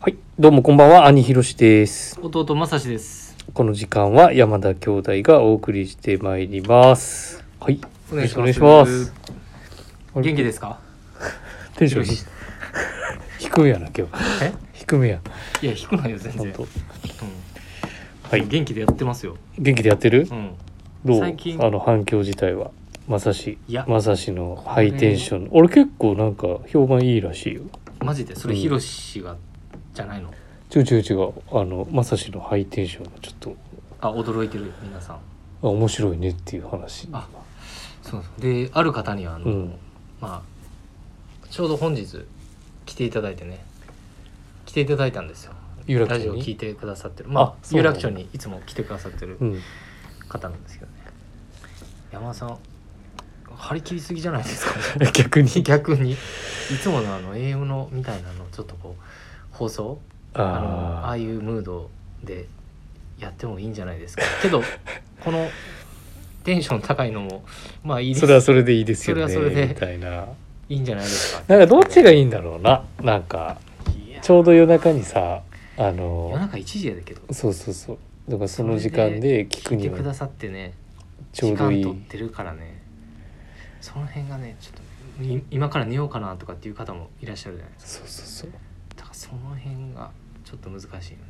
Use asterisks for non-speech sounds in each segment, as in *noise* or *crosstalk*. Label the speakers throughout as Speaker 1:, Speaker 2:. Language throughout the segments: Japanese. Speaker 1: はい、どうもこんばんは、兄ひろしです。
Speaker 2: 弟まさしです
Speaker 1: この時間は山田兄弟がお送りしてまいります。はい、よ
Speaker 2: お
Speaker 1: ろしくお願いします。
Speaker 2: 元気ですか
Speaker 1: テンションひ低めやな、今日。
Speaker 2: え
Speaker 1: 低めや、
Speaker 2: いや低くないよ全
Speaker 1: 本
Speaker 2: 然、
Speaker 1: 当。
Speaker 2: うん、
Speaker 1: は
Speaker 2: はい
Speaker 1: い、
Speaker 2: 元気でやってますよ
Speaker 1: 元気でやってる
Speaker 2: う。ん
Speaker 1: どう、
Speaker 2: 最近
Speaker 1: あの反響自体は。まさし
Speaker 2: いや、
Speaker 1: まさしのハイテンション。俺結構なんか評判いいらしいよ。
Speaker 2: マジでそれ
Speaker 1: うん
Speaker 2: ひろしがじゃないの
Speaker 1: 違う違う違う、あの、まさしのハイテンションがちょっと。
Speaker 2: あ驚いてる皆さん
Speaker 1: あ面白いねっていう話。
Speaker 2: あそうそうである方にはあの、
Speaker 1: うん
Speaker 2: まあちょうど本日来ていただいてね来ていただいたんですよ
Speaker 1: 有楽
Speaker 2: ラ
Speaker 1: 町
Speaker 2: ジオ聞い
Speaker 1: に。
Speaker 2: てくださってるま
Speaker 1: あ
Speaker 2: あ
Speaker 1: そう
Speaker 2: 有
Speaker 1: なの
Speaker 2: 楽町にいつも来てくださってる
Speaker 1: うん。
Speaker 2: 方なんですけどね山田さん張り切りすぎじゃないですか
Speaker 1: 逆に。
Speaker 2: *laughs* *laughs* 逆にいつものあの AM のみたいなのちょっとこう放送あのああ
Speaker 1: ー
Speaker 2: いうムードでやってもいいんじゃないですかけどこのテンション高いのもまあいいです
Speaker 1: それはそれでいいですよね
Speaker 2: それはそれ
Speaker 1: み
Speaker 2: で
Speaker 1: たいない
Speaker 2: いんじゃないですか
Speaker 1: なんかどっちがいいんだろうななんか
Speaker 2: いや
Speaker 1: ちょうど夜中にさあ
Speaker 2: 夜
Speaker 1: の
Speaker 2: 中1時やだけど
Speaker 1: そうそうそうだからその時間で聞く
Speaker 2: 聞い
Speaker 1: に
Speaker 2: てくだ
Speaker 1: は
Speaker 2: さってね
Speaker 1: ちょうどい
Speaker 2: 時間取
Speaker 1: い
Speaker 2: ってるからねその辺がねちょっとい今から寝ようかなとかっていう方もいらっしゃるじゃないですか
Speaker 1: そうそうそう
Speaker 2: だからその辺がちょっと難しいよね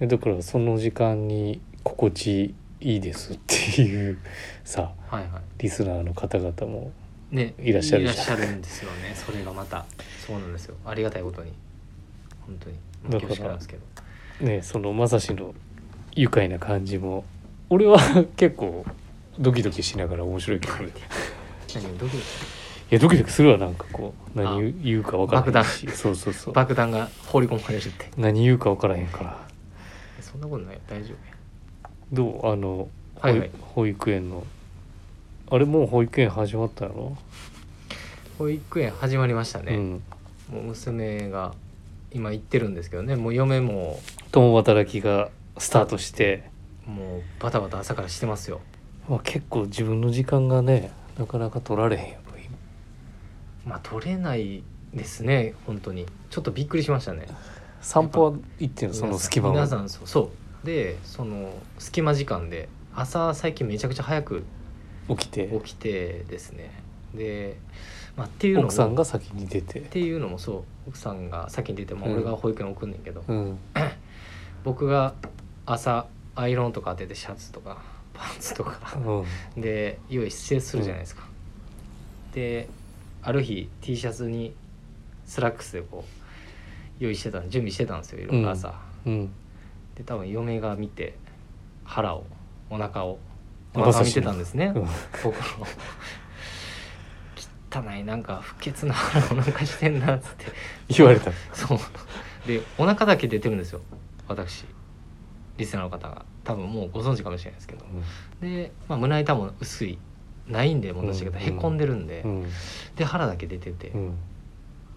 Speaker 1: でだからその時間に心地いいですっていうさ
Speaker 2: はいは
Speaker 1: リスナーの方々も
Speaker 2: いね
Speaker 1: いらっしゃる
Speaker 2: いらっしゃるんですよねそれがまたそうなんですよありがたいことに本当にま
Speaker 1: だ
Speaker 2: あ
Speaker 1: から
Speaker 2: 恐縮なんですけど
Speaker 1: ねそのまさしの愉快な感じも俺は結構ドキドキしながら面白いけどね
Speaker 2: 何をどこ
Speaker 1: いやドキドキするわなんかこう何
Speaker 2: あ
Speaker 1: 言う言うか分からないしそうそうそう
Speaker 2: 爆弾が放り込まれるって
Speaker 1: 何言うか分からへんから
Speaker 2: そんなことないよ大丈夫や
Speaker 1: どうあの、
Speaker 2: はいはい
Speaker 1: 保保育園のあれもう保育園始まったやろ、
Speaker 2: 保育園始まりました
Speaker 1: う
Speaker 2: ね、
Speaker 1: ん
Speaker 2: もう娘が今行ってるんですけどねもう嫁も
Speaker 1: 共働きがスタートして、
Speaker 2: もうバタバタ朝からしてますよ
Speaker 1: まあ、結構自分の時間がねなかなか取られへんよ今
Speaker 2: まあ取れないですね本当にちょっとびっくりしましたね
Speaker 1: 散歩は行ってんのその隙間
Speaker 2: 皆
Speaker 1: は
Speaker 2: さん皆さんそうそうでその隙間時間で朝最近めちゃくちゃ早く
Speaker 1: 起きて
Speaker 2: 起きてですねで、まあ、っていうのも
Speaker 1: 奥さん
Speaker 2: っ
Speaker 1: が先に出て
Speaker 2: ていうのもそう奥さんが先に出て、まあ、
Speaker 1: うん
Speaker 2: 俺が保育園送んねんけど、
Speaker 1: うん
Speaker 2: 僕が朝アイロンとか当ててシャツとか *laughs* パンツとか *laughs*
Speaker 1: うん
Speaker 2: で用意してするじゃないですか、である日 T シャツにスラックスでこう用意してた準備してたんですよいろいろ朝。
Speaker 1: うん
Speaker 2: で多分嫁が見て腹をお腹をお
Speaker 1: ま
Speaker 2: 腹
Speaker 1: さ
Speaker 2: を
Speaker 1: し
Speaker 2: 見てたんですね
Speaker 1: うん
Speaker 2: 僕の汚いなんか不潔な腹をなんかしてんなっつって
Speaker 1: 言われた
Speaker 2: そうでお腹だけ出てるんですよ私リスナーの方が多分もうご存知かもしれないですけどで、まあ、胸板も薄いないんでも私
Speaker 1: うん
Speaker 2: がへこんでるんで、
Speaker 1: うん
Speaker 2: で腹だけ出てて、
Speaker 1: う
Speaker 2: っ
Speaker 1: ん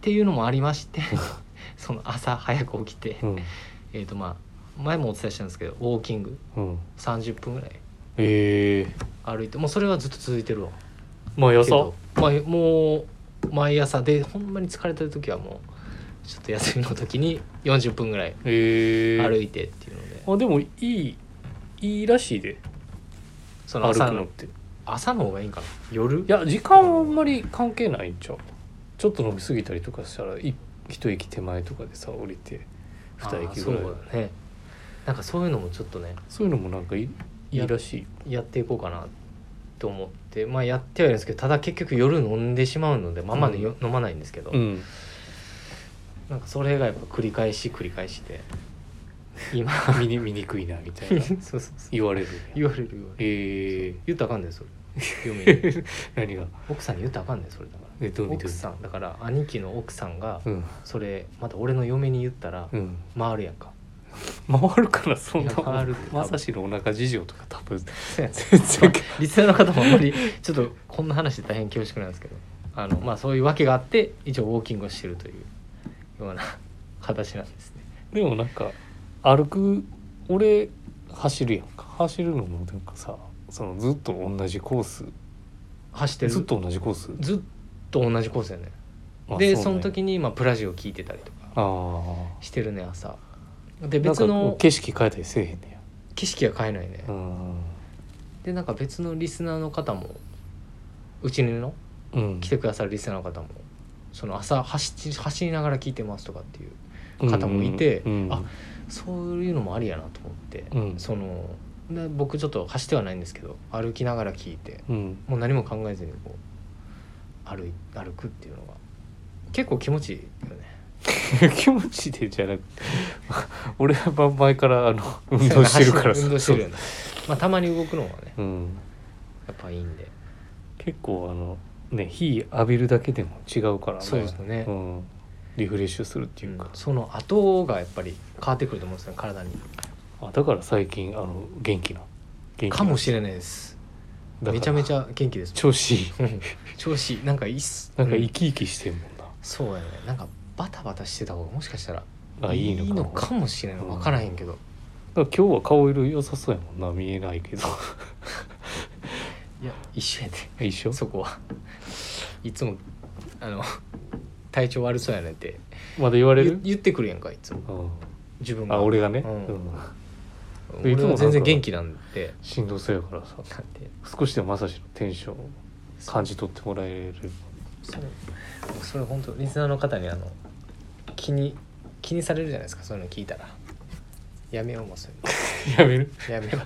Speaker 2: ていうのもありまして *laughs* その朝早く起きて、
Speaker 1: うん
Speaker 2: えっ、とまあ前もお伝えしたんですけどウォーキング
Speaker 1: うん
Speaker 2: 30分ぐらい
Speaker 1: ええ
Speaker 2: 歩いてもうそれはずっと続いてるわ
Speaker 1: まあよ
Speaker 2: け
Speaker 1: さ
Speaker 2: どまあもう毎朝でほんまに疲れてる時はもうちょっと休みの時に40分ぐらい
Speaker 1: ええ
Speaker 2: 歩いてっていうので、
Speaker 1: あでもいいいいらしいで
Speaker 2: その
Speaker 1: 歩く
Speaker 2: 朝
Speaker 1: の
Speaker 2: の
Speaker 1: ってい
Speaker 2: 朝の方がいいんかな夜
Speaker 1: や時間はあんまり関係ないんちゃうちょっと飲み過ぎたりとかしたらい一駅手前とかでさ降りて
Speaker 2: あ
Speaker 1: 二
Speaker 2: ー
Speaker 1: 駅ぐらい
Speaker 2: そうだねなんかそういうのもちょっとね
Speaker 1: そういうのもなんかいいい
Speaker 2: いや
Speaker 1: いらしいよ
Speaker 2: やっていこうかなと思ってまあやってはいるんですけどただ結局夜飲んでしまうのでまあまあね、よ飲まないんですけど、
Speaker 1: うん
Speaker 2: なんかそれがやっぱ繰り返し繰り返して今
Speaker 1: *laughs* 見に見にくいなみたいな
Speaker 2: *laughs* そうそうそう
Speaker 1: 言われる
Speaker 2: *laughs* 言われる言われる
Speaker 1: ええ
Speaker 2: 言ったらあかんでそれ嫁に
Speaker 1: *laughs* 何が
Speaker 2: 奥さんに言ったらあかんでそれだから
Speaker 1: えどう見て
Speaker 2: 奥さんだから兄貴の奥さんが
Speaker 1: うん
Speaker 2: それまた俺の嫁に言ったら
Speaker 1: うん
Speaker 2: 回るやんか
Speaker 1: 回るからそんない
Speaker 2: や回るって
Speaker 1: まさしのお腹事情とか多分 *laughs*
Speaker 2: *laughs*
Speaker 1: 全
Speaker 2: や
Speaker 1: 然
Speaker 2: リスナーの方もあんまりちょっとこんな話で大変恐縮なんですけどあのまあそういうわけがあって一応ウォーキングをしてるというような形なんですね
Speaker 1: でもなんか歩く俺走るやんか走るのもなんかさそのずっと同じコース
Speaker 2: 走ってる
Speaker 1: ずっと同じコース
Speaker 2: ずっと同じコースやね
Speaker 1: あ
Speaker 2: で
Speaker 1: う
Speaker 2: そ,、
Speaker 1: なんや
Speaker 2: の時にまあプラジオ聞いてたりとか
Speaker 1: ああ
Speaker 2: してるね朝で
Speaker 1: なん
Speaker 2: 別
Speaker 1: か
Speaker 2: の
Speaker 1: 景色変えたりせえへんねや
Speaker 2: 景色は変えないね、
Speaker 1: うん
Speaker 2: でなんか別のリスナーの方もうちの
Speaker 1: うん
Speaker 2: 来てくださるリスナーの方もその朝走り走りながら聞いてますとかっていう方もいて
Speaker 1: うんうん
Speaker 2: あそういうのもありやなと思って、
Speaker 1: うん
Speaker 2: そので僕ちょっと走ってはないんですけど歩きながら聞いて
Speaker 1: うん *laughs*
Speaker 2: もう何も考えずにこう歩い歩くっていうのが結構気持ちいいよね
Speaker 1: 気持ちでじゃなくて *laughs* 俺は前からあの *laughs* 運動してるから
Speaker 2: 運動してるよね、まあ、たまに動くのはね
Speaker 1: うん、
Speaker 2: やっぱいいんで
Speaker 1: 結構あのね火浴びるだけでも違うからね
Speaker 2: そうですね
Speaker 1: うん、リフレッシュするっていう
Speaker 2: うん
Speaker 1: か、
Speaker 2: その後がやっぱり変わってくると思うんですよね体に
Speaker 1: あだから最近あの元気な元気
Speaker 2: かもし
Speaker 1: れ
Speaker 2: れないですめちゃめち
Speaker 1: ゃ
Speaker 2: ゃ元気です
Speaker 1: 調子いい
Speaker 2: うん調子いいなんかいいっす
Speaker 1: なんか
Speaker 2: う
Speaker 1: 生き生きしてるもんな、
Speaker 2: そうやねなんかバタバタしてた方がもしかしたら
Speaker 1: あいいのかない
Speaker 2: もしれない
Speaker 1: うん
Speaker 2: 分からへんけど、
Speaker 1: 今日は顔色良さそうやもんな見えないけど *laughs*
Speaker 2: いや一緒やで
Speaker 1: 一緒
Speaker 2: そこはいつもあの体調悪そうやねんって
Speaker 1: まだ言われ
Speaker 2: 言
Speaker 1: る、
Speaker 2: 言ってくるやんかいつも
Speaker 1: う
Speaker 2: 自分
Speaker 1: ん、
Speaker 2: が
Speaker 1: あ俺がね、
Speaker 2: うん
Speaker 1: うん
Speaker 2: 俺
Speaker 1: いつもな
Speaker 2: は
Speaker 1: んか
Speaker 2: 全然元気なんで
Speaker 1: しんどそうやからさ
Speaker 2: なんて
Speaker 1: 少しでもまさしのテンションを感じ取ってもらえる
Speaker 2: それそれ本当リスナーの方にあの気に気にされるじゃないですかそういうの聞いたらやめようもうそういう
Speaker 1: やめる
Speaker 2: *laughs* のやめよう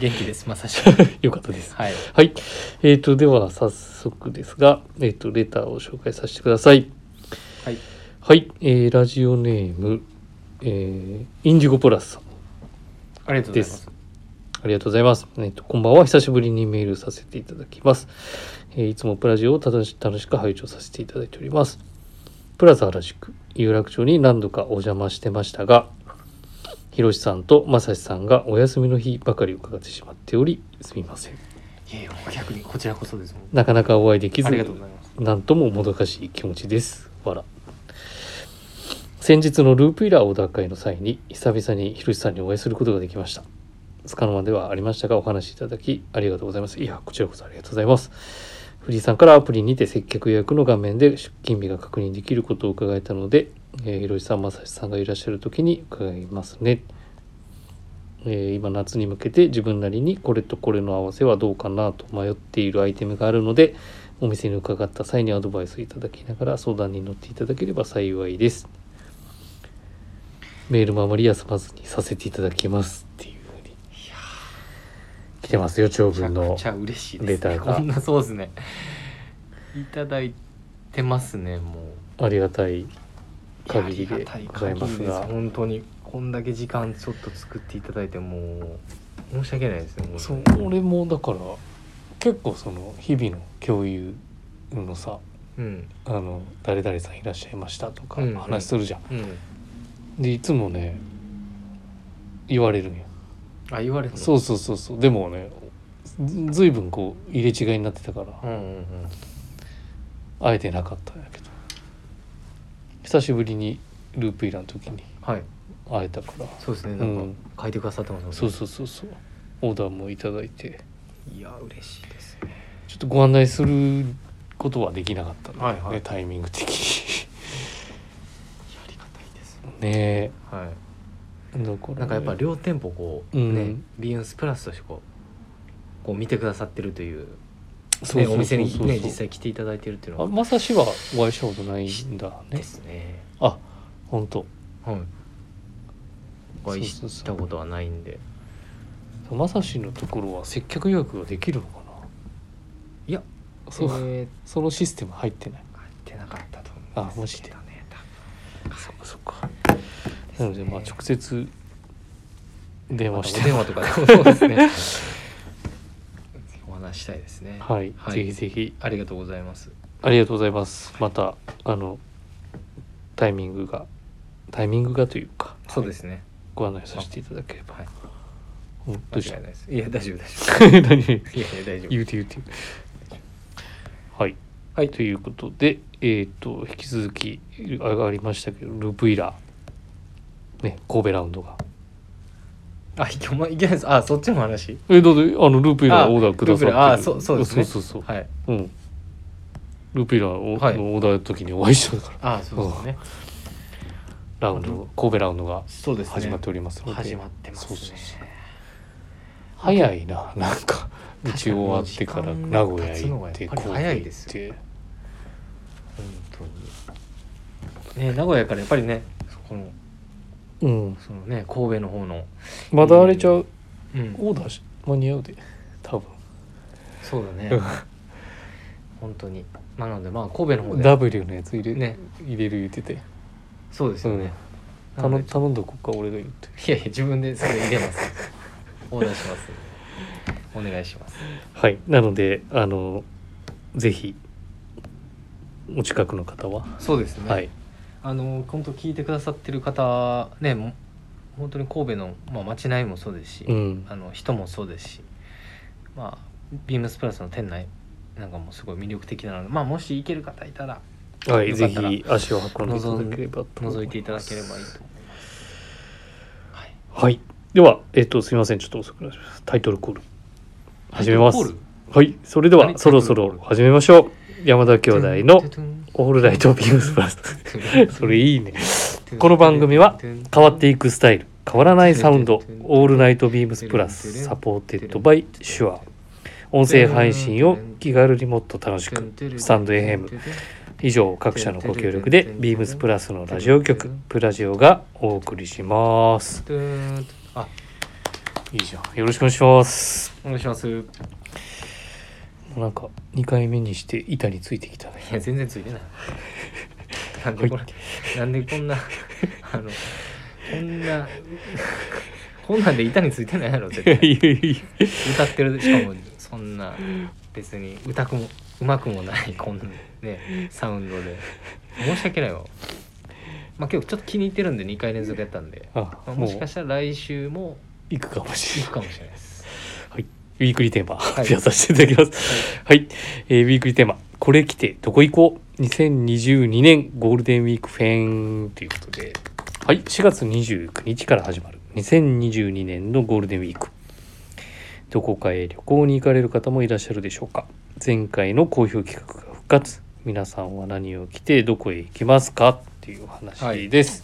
Speaker 2: 元気ですまさし
Speaker 1: *laughs*
Speaker 2: *laughs*
Speaker 1: よかったです
Speaker 2: はい
Speaker 1: はい。えー、と、では、早速ですが、えっ、と、レターを紹介させてください。
Speaker 2: はい
Speaker 1: はい。えー、ラジオネーム、えー、インジゴプラスさん。
Speaker 2: ありがとうございます
Speaker 1: でありがとうございます。えっ、と、こんばんは。久しぶりにメールさせていただきます。えーいつもプラジオを楽し楽しく拝聴させていただいております。プラザ原宿、有楽町に何度かお邪魔してましたが、ひろしさんとまさしさんがお休みの日ばかり伺ってしまっており、すみません。
Speaker 2: いやいや逆にこちらこそですもん
Speaker 1: なかなかお会いできず、
Speaker 2: ありがとうございます
Speaker 1: なんとももどかしい気持ちです。わら。先日のループイラーオーダー会の際に、久々にひろしさんにお会いすることができました。つかの間ではありましたが、お話しいただきありがとうございます。いや、こちらこそありがとうございます。フリーさんからアプリにて接客予約の画面で出勤日が確認できることを伺えたので、えー、ひろしさん、まさしさんがいらっしゃる時に伺いますね。えー今夏に向けて自分なりにこれとこれの合わせはどうかなと迷っているアイテムがあるのでお店に伺った際にアドバイスいただきながら相談に乗っていただければ幸いですメールもあまり休まずにさせていただきますっていうふうに来てますよ長
Speaker 2: めちゃ
Speaker 1: 文
Speaker 2: く
Speaker 1: の
Speaker 2: ちゃ嬉しい
Speaker 1: レ
Speaker 2: です
Speaker 1: タ
Speaker 2: ね
Speaker 1: ーが
Speaker 2: こんなそうですねいただいてますねもう
Speaker 1: ありがたい限り
Speaker 2: あ
Speaker 1: で
Speaker 2: がた
Speaker 1: ございます
Speaker 2: 限りです
Speaker 1: が
Speaker 2: 本当にこんだけ時間ちょっと作っていただいてもう申し訳ないですねも
Speaker 1: そう俺もだから結構その日々の共有のさ
Speaker 2: うん
Speaker 1: あの誰々さんいらっしゃいましたとか
Speaker 2: うんうん
Speaker 1: 話するじゃん、
Speaker 2: うん
Speaker 1: でいつもね言われるんや
Speaker 2: あ言われるの
Speaker 1: そうそうそうそうでもねずずいぶんこう入れ違いになってたから
Speaker 2: うんうんうん
Speaker 1: 会えてなかったんやけど久しぶりにループイラーの時に
Speaker 2: はい
Speaker 1: 会えたから
Speaker 2: そうですねなんか
Speaker 1: うん
Speaker 2: 書いてくださってますもんね
Speaker 1: そうそうそうそうオーダーもいただいて
Speaker 2: いや嬉しいですね
Speaker 1: ちょっとご案内することはできなかったんだよね、
Speaker 2: はいはい
Speaker 1: タイミング的
Speaker 2: ありがたいです
Speaker 1: にね
Speaker 2: はい
Speaker 1: えだからね
Speaker 2: なんかやっぱ両店舗こう、
Speaker 1: うん
Speaker 2: ねビヨンスプラスとしてこうこう見てくださってるという,、ね、
Speaker 1: そうそうそうそう
Speaker 2: お店にね実際来ていただいてるっていう
Speaker 1: あ
Speaker 2: のは
Speaker 1: まさしはお会いしたことないんだね
Speaker 2: ですね。
Speaker 1: あ本当
Speaker 2: はい。お会い
Speaker 1: そうそう
Speaker 2: し
Speaker 1: そ
Speaker 2: た
Speaker 1: う
Speaker 2: ことはないんで。
Speaker 1: まさしのところは接客予約ができるのかない
Speaker 2: いや
Speaker 1: そう、
Speaker 2: えー
Speaker 1: そのシステム入ってない
Speaker 2: 入ってなかったと
Speaker 1: あ
Speaker 2: 思うん
Speaker 1: マ
Speaker 2: で
Speaker 1: ジ
Speaker 2: す
Speaker 1: で
Speaker 2: けどね。
Speaker 1: そっかそっかなのでまあ直接電
Speaker 2: 電
Speaker 1: 話
Speaker 2: 話
Speaker 1: して
Speaker 2: 電話とか
Speaker 1: *laughs*
Speaker 2: でもそうですね。 *laughs* お話したいですね。
Speaker 1: はい、ぜひぜひ
Speaker 2: ありがとうございます。
Speaker 1: ありがとうございますまたあのタイミングがタイミングがというか
Speaker 2: そうですね。
Speaker 1: ご案内させていただければ
Speaker 2: はい。
Speaker 1: うんどう
Speaker 2: 間違
Speaker 1: し
Speaker 2: い
Speaker 1: た
Speaker 2: ないです。いや大丈夫大丈
Speaker 1: *laughs* 何
Speaker 2: 夫。いやいや大丈夫。
Speaker 1: 言うて言うてはい
Speaker 2: はい
Speaker 1: ということでえっ、と引き続きあがありましたけどループイラーね神戸ラウンドが
Speaker 2: あ、いけまいけないです。あ、そっちの話。
Speaker 1: えどうぞあのループイラー
Speaker 2: あ
Speaker 1: オーダーくださって
Speaker 2: ループイラーあそうそうですね
Speaker 1: そうそうそう
Speaker 2: はい。
Speaker 1: うん。ルーピラーを、
Speaker 2: はい
Speaker 1: のオーダーの時にお会いしたから。
Speaker 2: あ、そうですね。
Speaker 1: ラウンド神戸ラウンドが
Speaker 2: そうですね
Speaker 1: 始まっておりますので
Speaker 2: 始まってます
Speaker 1: そ
Speaker 2: ね
Speaker 1: うそうそう早いななんか打ち終わってから
Speaker 2: 確かに
Speaker 1: 名古屋行って
Speaker 2: 時間が経つのがやっぱり
Speaker 1: 神戸
Speaker 2: 早い
Speaker 1: 行
Speaker 2: で
Speaker 1: っ
Speaker 2: すよ
Speaker 1: て
Speaker 2: 本当にね名古屋からやっぱりねそこの
Speaker 1: うん
Speaker 2: そのね神戸の方の、
Speaker 1: まだあれちゃう
Speaker 2: うん、
Speaker 1: オーダーし間に合うで多
Speaker 2: そうだね
Speaker 1: 分
Speaker 2: 本当にまあなのでまあ神戸の方で
Speaker 1: W のやつ入れ,、
Speaker 2: ね
Speaker 1: 入れる言ってて
Speaker 2: そうですよね、な
Speaker 1: 頼
Speaker 2: の
Speaker 1: ん
Speaker 2: で
Speaker 1: 頼んどこっか俺が言って
Speaker 2: いやいや自分でそれ入れますオーダーしますお願いします
Speaker 1: はいなのであのぜひお近くの方は、
Speaker 2: そうですね、
Speaker 1: はい
Speaker 2: あの本当聞いてくださってる方ねも本当に神戸の、まあ、街並みもそうですし、
Speaker 1: うん
Speaker 2: あの人もそうですしまあビームスプラスの店内なんかもすごい魅力的なのでまあもし行ける方いたら
Speaker 1: はい、
Speaker 2: よか
Speaker 1: ぜ
Speaker 2: ったら
Speaker 1: ひ足を運んでいただければと思
Speaker 2: 覗いていただ
Speaker 1: ます
Speaker 2: ければいいと思いますはい
Speaker 1: はいではえっ、とすみませんちょっと遅くなりましたタイトルコール始めます
Speaker 2: タイトルコール
Speaker 1: はいそれでは
Speaker 2: 何
Speaker 1: そろそろ始めましょう山田兄弟の
Speaker 2: トゥン
Speaker 1: 「オールライトビームスプ *laughs* ラス」
Speaker 2: トゥン
Speaker 1: それいいねこの番組は変わっていくスタイル変わらないサウン
Speaker 2: *laughs*
Speaker 1: ド「オールナイトビームスプラス」サポーテッドバイシュア音声配信を気軽にもっと楽しくスタンド AM 以上各社のご協力でビームスプラスのラジオ局プラジオがお送りします
Speaker 2: トゥンあ
Speaker 1: いいじゃんよろしくお願いします
Speaker 2: お願いしますい
Speaker 1: なんか2回目にして板についてきたね
Speaker 2: や全然ついてないなんでこれなんでこんなあのこんなこんなんで板についてないやろ絶対
Speaker 1: いやいやいや
Speaker 2: 歌ってるしかもそんな別に歌くもうまくもないこんなねサウンドで申し訳ないわまあ今日ちょっと気に入ってるんで2回連続やったんで、
Speaker 1: あ
Speaker 2: まあ
Speaker 1: も
Speaker 2: も
Speaker 1: う
Speaker 2: しかしたら来週も
Speaker 1: 行くかもしれない
Speaker 2: 行くかもしれないです
Speaker 1: はい、ウィークリーテーマ発 *laughs*
Speaker 2: い
Speaker 1: 表させていただきます。はい、えーウィークリーテーマ「これ来てどこ行こう ?2022 年ゴールデンウィークフェン」ということで、はい、4月29日から始まる2022年のゴールデンウィーク。どこかへ旅行に行かれる方もいらっしゃるでしょうか。前回の好評企画が復活。皆さんは何を着てどこへ行きますかっていうお話です。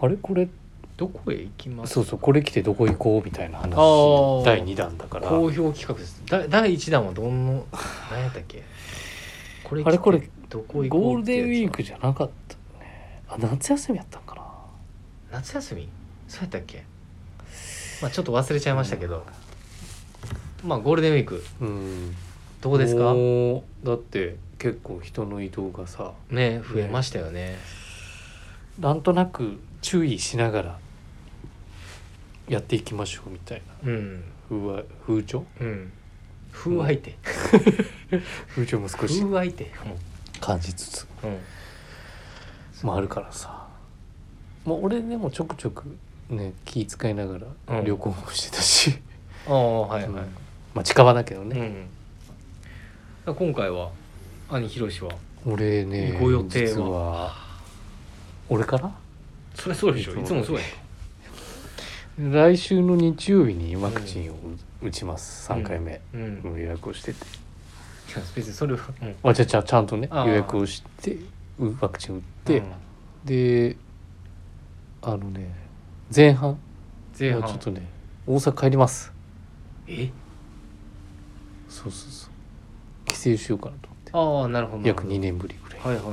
Speaker 1: あれこれ
Speaker 2: どこへ行きます
Speaker 1: そうそうこれ来てどこ行こうみたいな話
Speaker 2: あー
Speaker 1: 第2弾だから
Speaker 2: 好評企画ですだ第1弾はどんの何やったっけこれ
Speaker 1: あれこれ
Speaker 2: 来てどこ行こう
Speaker 1: ゴールデンウィー
Speaker 2: って
Speaker 1: ク
Speaker 2: やつ
Speaker 1: じゃなかったねあ夏休みやったんかな
Speaker 2: は夏休みそうやったっけまあちょっと忘れちゃいましたけど、まあゴールデンウィーク
Speaker 1: うん
Speaker 2: どうですか
Speaker 1: もうだって結構人の移動がさ
Speaker 2: ね増えましたよね
Speaker 1: なんとなく注意しながらやっていきましょうみたいな
Speaker 2: うん
Speaker 1: 風合風潮
Speaker 2: うん風合いて
Speaker 1: 風潮も少し
Speaker 2: 風合いて
Speaker 1: 感じつつ
Speaker 2: うん
Speaker 1: もあるからさもう俺でもちょくちょくね気遣いながら
Speaker 2: うん
Speaker 1: 旅行もしてたし、 *laughs*
Speaker 2: ああはいはい
Speaker 1: うんまあ近場だけど
Speaker 2: う
Speaker 1: ね、
Speaker 2: んだから今回は兄ひろしは
Speaker 1: 俺ね
Speaker 2: ご予定は
Speaker 1: 実は俺から
Speaker 2: それそうでしょいつもそうや
Speaker 1: 来週の日曜日にワクチンを打ちます、
Speaker 2: う
Speaker 1: 3
Speaker 2: ん
Speaker 1: 回目、
Speaker 2: うんい
Speaker 1: 予約をしてて
Speaker 2: や別にそれはうん
Speaker 1: あじゃあじゃあちゃんとね
Speaker 2: あー
Speaker 1: 予約をしてうワクチン打って、
Speaker 2: うん
Speaker 1: であのね前半
Speaker 2: 前半
Speaker 1: ちょっとね大阪帰ります
Speaker 2: え
Speaker 1: そうそうそう帰省しようかなと思って
Speaker 2: ああなるほどなるほ
Speaker 1: 約
Speaker 2: ど
Speaker 1: 2年ぶりぐらいっ
Speaker 2: はいはいは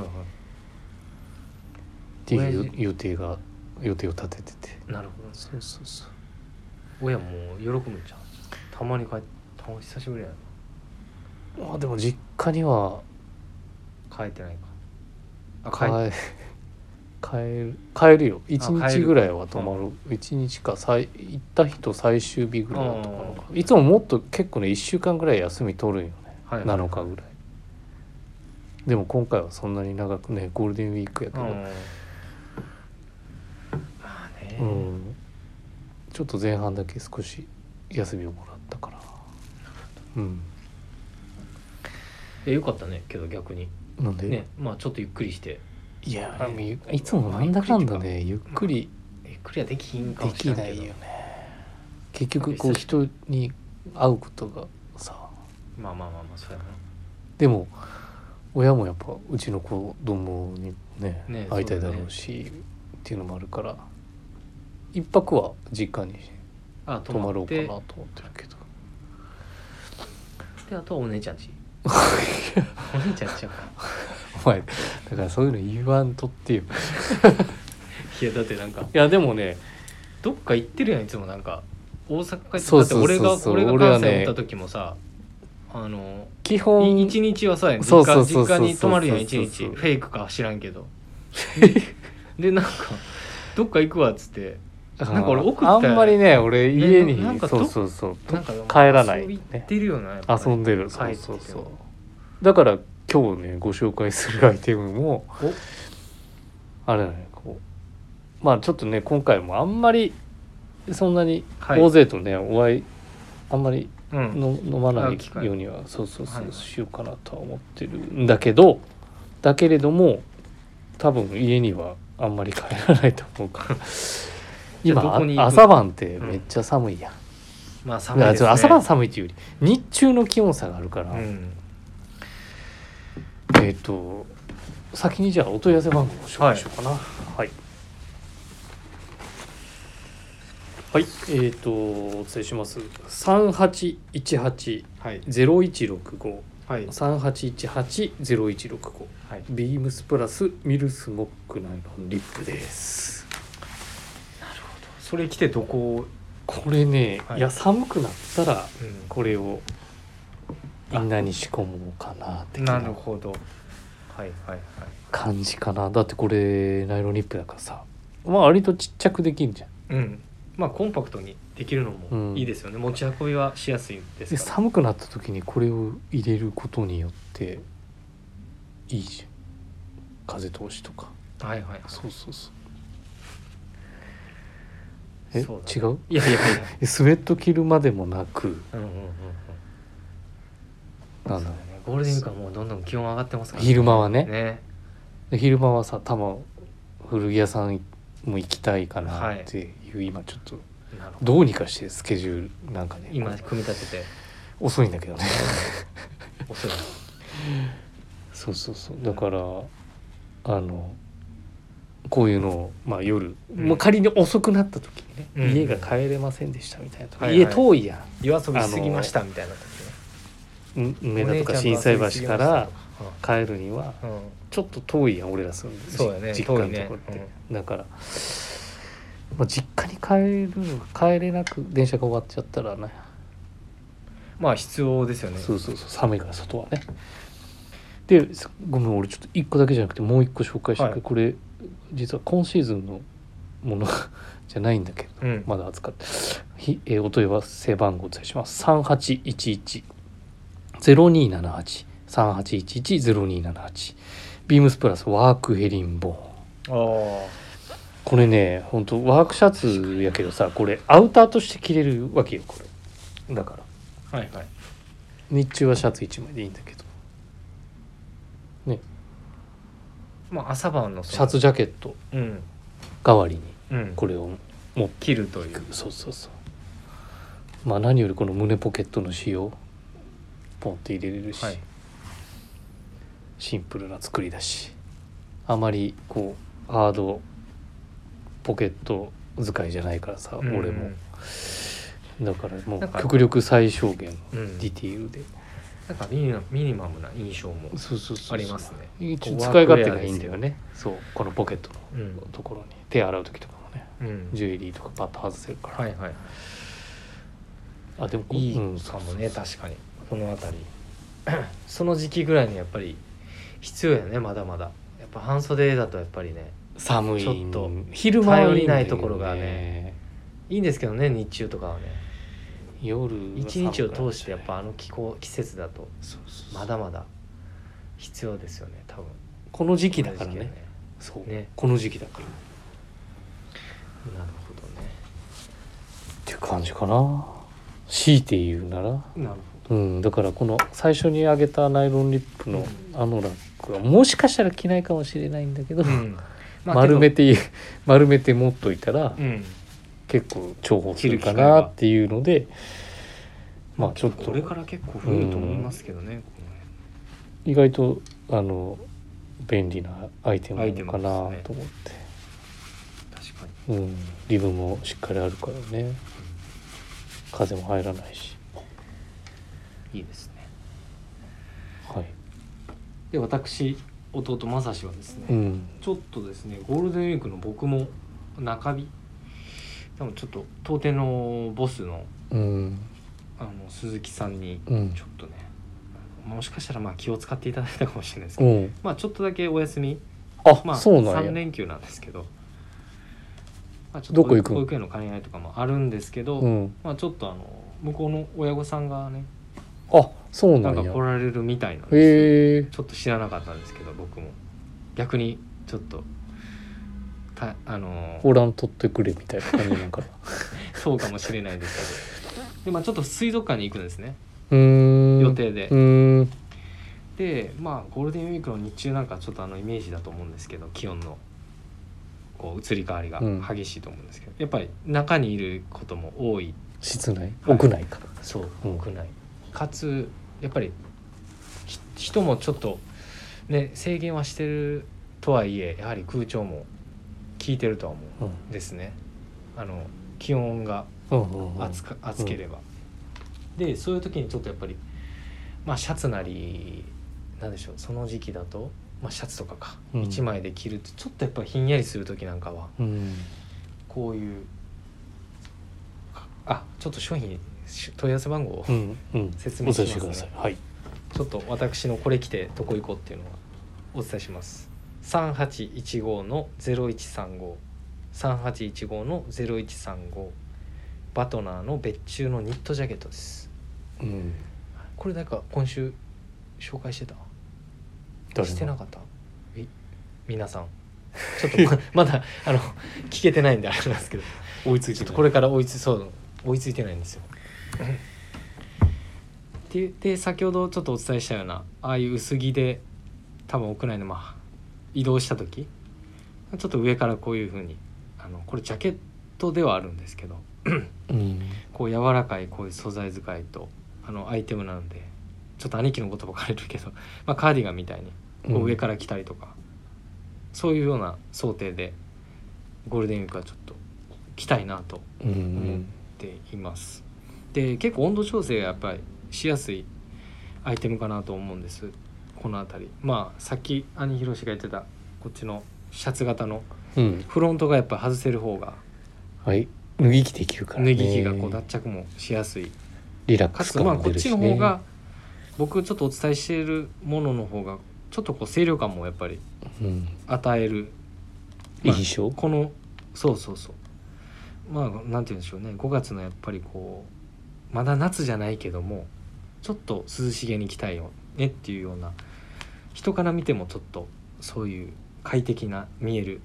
Speaker 1: ていう
Speaker 2: 親父
Speaker 1: 予定が予定を立ててて
Speaker 2: いなるほど
Speaker 1: そうそうそう
Speaker 2: 親も喜ぶんじゃんたまに帰ったまに久しぶりやな
Speaker 1: まあでも実家には
Speaker 2: 帰ってないかあ
Speaker 1: 帰
Speaker 2: 帰っ
Speaker 1: 帰る帰るよ1
Speaker 2: あ帰
Speaker 1: 日
Speaker 2: る
Speaker 1: ぐらいは泊まる1日か最行った日と最終日ぐらいだったか
Speaker 2: あ
Speaker 1: ないつももっと結構ね1週間ぐらい休み取るんよね
Speaker 2: はい
Speaker 1: 7日ぐらいでも今回はそんなに長くねゴールデンウィークやけ
Speaker 2: う
Speaker 1: ど、
Speaker 2: ん
Speaker 1: うん
Speaker 2: まあね、
Speaker 1: ちょっと前半だけ少し休みをもらったからうん
Speaker 2: えよかったねけど逆に
Speaker 1: なんで、
Speaker 2: ねまあちょっとゆっくりして
Speaker 1: いや
Speaker 2: はい
Speaker 1: でもゆいつもなんだかんだねゆっくり
Speaker 2: ゆっくりはできひんか
Speaker 1: で
Speaker 2: もし
Speaker 1: き
Speaker 2: れ
Speaker 1: な
Speaker 2: ない
Speaker 1: い
Speaker 2: け
Speaker 1: よ
Speaker 2: ど
Speaker 1: ね結局こう人に会うことがさ
Speaker 2: まあまあまあまあそうやな
Speaker 1: でも親もやっぱうちの子供にね
Speaker 2: ね
Speaker 1: 会いたいだろうしっていうのもあるから一泊は実家に
Speaker 2: あ
Speaker 1: 泊まろうかな
Speaker 2: っ
Speaker 1: と思ってるけど
Speaker 2: てであとはお姉ち
Speaker 1: *laughs*
Speaker 2: ゃんちお姉ちゃんちゃうか
Speaker 1: お前だからそういうの言わんとってよ
Speaker 2: いやだってなんか
Speaker 1: いやでもね
Speaker 2: どっか行ってるやんいつもなんか大阪帰って
Speaker 1: そうそう
Speaker 2: だって俺が
Speaker 1: そうそう
Speaker 2: 俺が
Speaker 1: 俺は
Speaker 2: 関
Speaker 1: ね
Speaker 2: 西に行った時もさ、あの
Speaker 1: 基
Speaker 2: い
Speaker 1: 本
Speaker 2: 一日はさ実
Speaker 1: そうそう
Speaker 2: 家
Speaker 1: そうそう
Speaker 2: 実家に泊まるやん一
Speaker 1: そうそう
Speaker 2: 日
Speaker 1: そう
Speaker 2: フェイクか知らんけどでなんかどっか行くわっつって
Speaker 1: あー
Speaker 2: なんか俺送った
Speaker 1: あんまりね俺家に
Speaker 2: ねなんか
Speaker 1: そ
Speaker 2: ど
Speaker 1: うそうそう
Speaker 2: なんか
Speaker 1: 帰らない
Speaker 2: 遊び行っ
Speaker 1: ね
Speaker 2: てるよな、やっぱね
Speaker 1: 遊んでる
Speaker 2: 帰
Speaker 1: そう
Speaker 2: って
Speaker 1: そうそ
Speaker 2: ても
Speaker 1: うだから今日ねご紹介するアイテムも
Speaker 2: お
Speaker 1: あれだねこうまあちょっとね今回もあんまりそんなに
Speaker 2: はい
Speaker 1: 大勢とね、お会いあんまり
Speaker 2: うん
Speaker 1: の飲まな
Speaker 2: 会う機
Speaker 1: い
Speaker 2: 会
Speaker 1: ようにはそうそうそ
Speaker 2: は
Speaker 1: う
Speaker 2: い
Speaker 1: しようかなとは思ってるんだけどだけれども多分家にはあんまり帰らないと思うから
Speaker 2: じゃ
Speaker 1: 今
Speaker 2: あどこに行く
Speaker 1: あ朝晩ってめっちゃ寒いやん、
Speaker 2: まあ寒い
Speaker 1: だから
Speaker 2: で
Speaker 1: ち
Speaker 2: す
Speaker 1: ょっ
Speaker 2: ね
Speaker 1: と朝晩寒いっていうより日中の気温差があるから、
Speaker 2: うん
Speaker 1: えっ、と先にじゃあお問い合わせ番号を紹介しようかなはいはい、えっ、とお伝えします3818
Speaker 2: はい
Speaker 1: 0165
Speaker 2: はい
Speaker 1: 3818-0165
Speaker 2: はい
Speaker 1: ビームスプラスミルスモックナイロンリップです
Speaker 2: それ来てどこを、
Speaker 1: これね、、
Speaker 2: はいい
Speaker 1: や寒くなったら
Speaker 2: うん
Speaker 1: これをみんなに仕込もうかなって
Speaker 2: なるほどはいはいはい
Speaker 1: 感じかなだってこれナイロンリップだからさまあ割とちっちゃくできんじゃん
Speaker 2: うん、まあコンパクトにできるの
Speaker 1: うん
Speaker 2: もいいですよね、持ち運びはしやすいです
Speaker 1: で
Speaker 2: から
Speaker 1: 寒くなった時にこれを入れることによっていいじゃん風通しとか
Speaker 2: はいはいはい
Speaker 1: そうそうそうえ
Speaker 2: そうだ
Speaker 1: 違う
Speaker 2: いやいやいや
Speaker 1: えスウェット着るまでもなく
Speaker 2: うんうんうんうん
Speaker 1: *laughs* なんだ
Speaker 2: そう
Speaker 1: ろ
Speaker 2: だねゴールデンウィークはもうどんどん気温上がってます
Speaker 1: う
Speaker 2: から、
Speaker 1: 昼間はね
Speaker 2: ね
Speaker 1: で昼間はさ多分古着屋さんも行きたいかな
Speaker 2: はい
Speaker 1: っていう、今ちょっと
Speaker 2: なるほど
Speaker 1: どうにかしてスケジュールなんかね
Speaker 2: 今組み立てて
Speaker 1: 遅いんだけどね
Speaker 2: お世話
Speaker 1: そうそうそうだからあのこういうのを、まあ、夜、
Speaker 2: うん
Speaker 1: もう仮に遅くなった時にね、
Speaker 2: うん
Speaker 1: 家が帰れませんでしたみたいな時、
Speaker 2: はいはい
Speaker 1: 家遠いやん
Speaker 2: 夜遊びしすぎましたみたいな時
Speaker 1: うん
Speaker 2: ね
Speaker 1: 梅田とか
Speaker 2: お
Speaker 1: 心
Speaker 2: 姉ち
Speaker 1: 斎
Speaker 2: ゃんと遊びす
Speaker 1: 橋か
Speaker 2: ぎました
Speaker 1: ら
Speaker 2: とか
Speaker 1: 帰るには
Speaker 2: うん
Speaker 1: ちょっと遠いやん俺ら住んでる
Speaker 2: そうやね
Speaker 1: 実家の
Speaker 2: 遠いね
Speaker 1: とこって、だから、まあ、実家に帰るのが帰れなく電車が終わっちゃったらね
Speaker 2: まあ必要ですよね
Speaker 1: そうそうそう寒いから外はねでそごめん俺ちょっと1個だけじゃなくてもう1個紹介してくれ、
Speaker 2: はい
Speaker 1: これ実は今シーズンのもの *laughs* じゃないんだけど
Speaker 2: うん
Speaker 1: まだ扱ってひ、えーお問い合わせ番号をお伝えします3811 0278 3811-0278ビームスプラスワークヘリンボーン
Speaker 2: ああ
Speaker 1: これね本当ワークシャツやけどさこれアウターとして着れるわけよこれだから
Speaker 2: はいはい
Speaker 1: 日中はシャツ1枚でいいんだけど
Speaker 2: まあ朝晩のその
Speaker 1: シャツジャケット
Speaker 2: うん
Speaker 1: 代わりに
Speaker 2: うん
Speaker 1: これを持って
Speaker 2: 切るという
Speaker 1: そうそうそうまあ何よりこの胸ポケットの仕様ポンって入れれるし、
Speaker 2: はい
Speaker 1: シンプルな作りだしあまりこうハードポケット使いじゃないからさ、俺もだからも
Speaker 2: なん
Speaker 1: う
Speaker 2: か
Speaker 1: 極力最小限
Speaker 2: うん、うん
Speaker 1: ディティールで
Speaker 2: なんかミニマミニマムな印象も
Speaker 1: そうそうそうそう
Speaker 2: ありますね
Speaker 1: 一応
Speaker 2: こう
Speaker 1: 使い勝手がいいんだよねそうこのポケット
Speaker 2: う
Speaker 1: の
Speaker 2: ん
Speaker 1: ところに手洗う時とかもね
Speaker 2: うん
Speaker 1: ジュエリーとかパッと外せるから、
Speaker 2: はいはい
Speaker 1: あでもこう
Speaker 2: いい
Speaker 1: うん
Speaker 2: かもね確かにこの辺り *clears throat* その時期ぐらいにやっぱり必要やねまだまだやっぱ半袖だとやっぱりね
Speaker 1: 寒い
Speaker 2: ちょっと
Speaker 1: 昼間はいいんだけどね
Speaker 2: 頼りないところがねいいんですけどね日中とかはね
Speaker 1: 夜
Speaker 2: 一日を通してやっぱあの気候季節だと
Speaker 1: そうそうそう
Speaker 2: まだまだ必要ですよね多分
Speaker 1: この時期だからね
Speaker 2: この時
Speaker 1: そう
Speaker 2: ね
Speaker 1: この時期だからっ
Speaker 2: 期はねなるほどね
Speaker 1: ていう感じかな強いて言うなら
Speaker 2: なる
Speaker 1: うんだからこの最初にあげたナイロンリップの
Speaker 2: う
Speaker 1: あのラックはもしかしたら着ないかもしれないんだけど、
Speaker 2: ほど、うんまあ
Speaker 1: 丸め
Speaker 2: け
Speaker 1: て *laughs* 丸めて持っといたら
Speaker 2: どうん
Speaker 1: 結構重宝するか
Speaker 2: 着る機会
Speaker 1: な
Speaker 2: が
Speaker 1: っていうのでまあちょっと
Speaker 2: これから結構増えると思いますけどね、この辺
Speaker 1: 意外とあの便利なアイテムなのかな
Speaker 2: アイテムですね
Speaker 1: と思って、
Speaker 2: 確かに
Speaker 1: うん、リブもしっかりあるからね風も入らないし
Speaker 2: いいですね
Speaker 1: はい
Speaker 2: で私弟正志はですね、
Speaker 1: うん
Speaker 2: ちょっとですねゴールデンウィークの僕も中日多分ちょっと当店のボスの
Speaker 1: うん
Speaker 2: あの鈴木さんに
Speaker 1: うん
Speaker 2: ちょっとね、もしかしたらまあ気を使っていただいたかもしれないですけ
Speaker 1: う
Speaker 2: ど、
Speaker 1: ん
Speaker 2: まあちょっとだけお休み
Speaker 1: あ、
Speaker 2: まあ
Speaker 1: そうなんや
Speaker 2: 3連休なんですけど、まあ、ちょっと
Speaker 1: どこ行くん
Speaker 2: 保育園の兼ね合いとかもあるんですけど、
Speaker 1: うん
Speaker 2: まあちょっとあの向こうの親御さんがね
Speaker 1: あそう
Speaker 2: な
Speaker 1: なんん
Speaker 2: か
Speaker 1: や
Speaker 2: 来られるみたいなんですよ
Speaker 1: へえ
Speaker 2: ちょっと知らなかったんですけど僕も逆にちょっとたあのー
Speaker 1: おらんとってくれみたいな感じなんか
Speaker 2: *laughs*
Speaker 1: な
Speaker 2: そうかもしれないですけどでまあちょっと水族館に行くんですね
Speaker 1: うーん
Speaker 2: 予定で
Speaker 1: うーん
Speaker 2: でまあゴールデンウィークの日中なんかちょっとあのイメージだと思うんですけど気温のこう移り変わりが
Speaker 1: うん
Speaker 2: 激しいと思うんですけど、やっぱり中にいることも多い
Speaker 1: 室内屋内か、
Speaker 2: そう
Speaker 1: うん
Speaker 2: 屋内かつやっぱりひ人もちょっとね制限はしてるとはいえやはり空調も効いてるとは思
Speaker 1: うん
Speaker 2: うんですねあの気温が
Speaker 1: うんうんうん、
Speaker 2: 暑か暑ければ、でそういう時にちょっとやっぱりまあシャツなりなんでしょうその時期だと、まあ、シャツとかか、
Speaker 1: うん
Speaker 2: 一枚で着るとちょっとやっぱひんやりする時なんかは
Speaker 1: うん
Speaker 2: こういうかあちょっと商品し問い合わせ番号を
Speaker 1: うんうん
Speaker 2: 説明し
Speaker 1: お伝え
Speaker 2: ます
Speaker 1: し
Speaker 2: ね
Speaker 1: てくださいはい
Speaker 2: ちょっと私のこれ着てどこ行こうっていうのはお伝えします3815の0135 3815の0135バトナーの別注のニットジャケットです
Speaker 1: うん
Speaker 2: これなんか今週紹介してた
Speaker 1: 誰も
Speaker 2: してなかったえ皆さんちょっとまま *laughs* だあの聞けてないんであれなんですけど
Speaker 1: 追いついて
Speaker 2: ち
Speaker 1: な
Speaker 2: ょっと
Speaker 1: い
Speaker 2: これから追いつそう追いついてないんですよ。でで先ほどちょっとお伝えしたようなああいう薄着で多分屋内のまあ移動した時ちょっと上からこういう風にあのこれジャケットではあるんですけど
Speaker 1: うん
Speaker 2: こう柔らかいこういう素材使いとあのアイテムなのでちょっと兄貴の言葉借りるけど、 *laughs* まあ、カーディガンみたいにこう上から来たりとか、そういうような想定でゴールデンウィークはちょっと来たいなと
Speaker 1: うんう
Speaker 2: 思っ
Speaker 1: ん
Speaker 2: ています。で結構温度調整がやっぱりしやすいアイテムかなと思うんですこの辺りまあさっき兄ひろしが言ってたこっちのシャツ型の
Speaker 1: うん
Speaker 2: フロントがやっぱ外せる方が
Speaker 1: はい脱ぎ着できるから、
Speaker 2: 脱
Speaker 1: ね、
Speaker 2: ぎ着がこう脱着もしやすい
Speaker 1: リラッ
Speaker 2: か
Speaker 1: クス
Speaker 2: つ
Speaker 1: 感
Speaker 2: まあ
Speaker 1: も
Speaker 2: こ
Speaker 1: 出
Speaker 2: っ
Speaker 1: るし、
Speaker 2: ち
Speaker 1: ね、
Speaker 2: の方が僕ちょっとお伝えしているものの方がちょっとこう清涼感もやっぱり
Speaker 1: うん
Speaker 2: 与える、まあ
Speaker 1: 印象、
Speaker 2: このそうそうそうまあなんて言うんでしょうね5月のやっぱりこうまだ夏じゃないけどもちょっと涼しげに着たいよねっていうような人から見てもちょっとそういう快適な見える、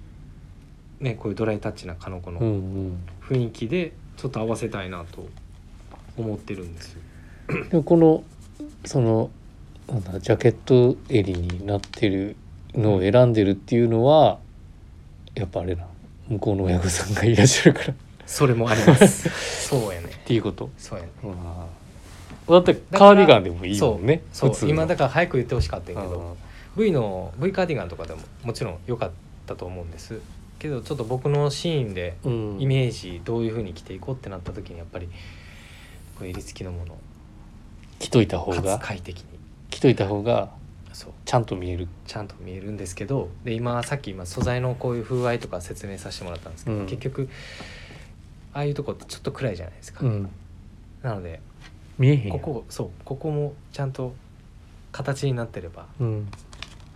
Speaker 2: ね、こういうドライタッチなかのこ
Speaker 1: う
Speaker 2: の
Speaker 1: ん
Speaker 2: 雰囲気でちょっと合わせたいなと思ってるんですよ。
Speaker 1: うん、でもこのそのなんだジャケット襟になってるのを選んでるっていうのはやっぱあれな向こうの親御さんがいらっしゃるからっ
Speaker 2: それもあります。
Speaker 1: *laughs*
Speaker 2: そうやね。
Speaker 1: ていうこと
Speaker 2: そうやね。
Speaker 1: だってカーディガンでもいいもんね
Speaker 2: そう
Speaker 1: 普通の
Speaker 2: 今だから早く言ってほしかったんやけ
Speaker 1: うん
Speaker 2: ど、V の V カーディガンとかでももちろん良かったと思うんですけどちょっと僕のシーンで
Speaker 1: うん
Speaker 2: イメージどういう風に着ていこうってなった時にやっぱりこう襟付きのもの
Speaker 1: 着といた方
Speaker 2: かつ
Speaker 1: が
Speaker 2: 快適に
Speaker 1: 着といた方が
Speaker 2: そう
Speaker 1: ちゃんと見える
Speaker 2: ちゃんと見えるんですけどで今さっき今素材のこういう風合いとか説明させてもらったんですけど、
Speaker 1: うん
Speaker 2: 結局ああいうとこってちょっと暗いじゃないですか、
Speaker 1: うん
Speaker 2: なので
Speaker 1: 見えへんやん
Speaker 2: ここそうここもちゃんと形になってれば
Speaker 1: うん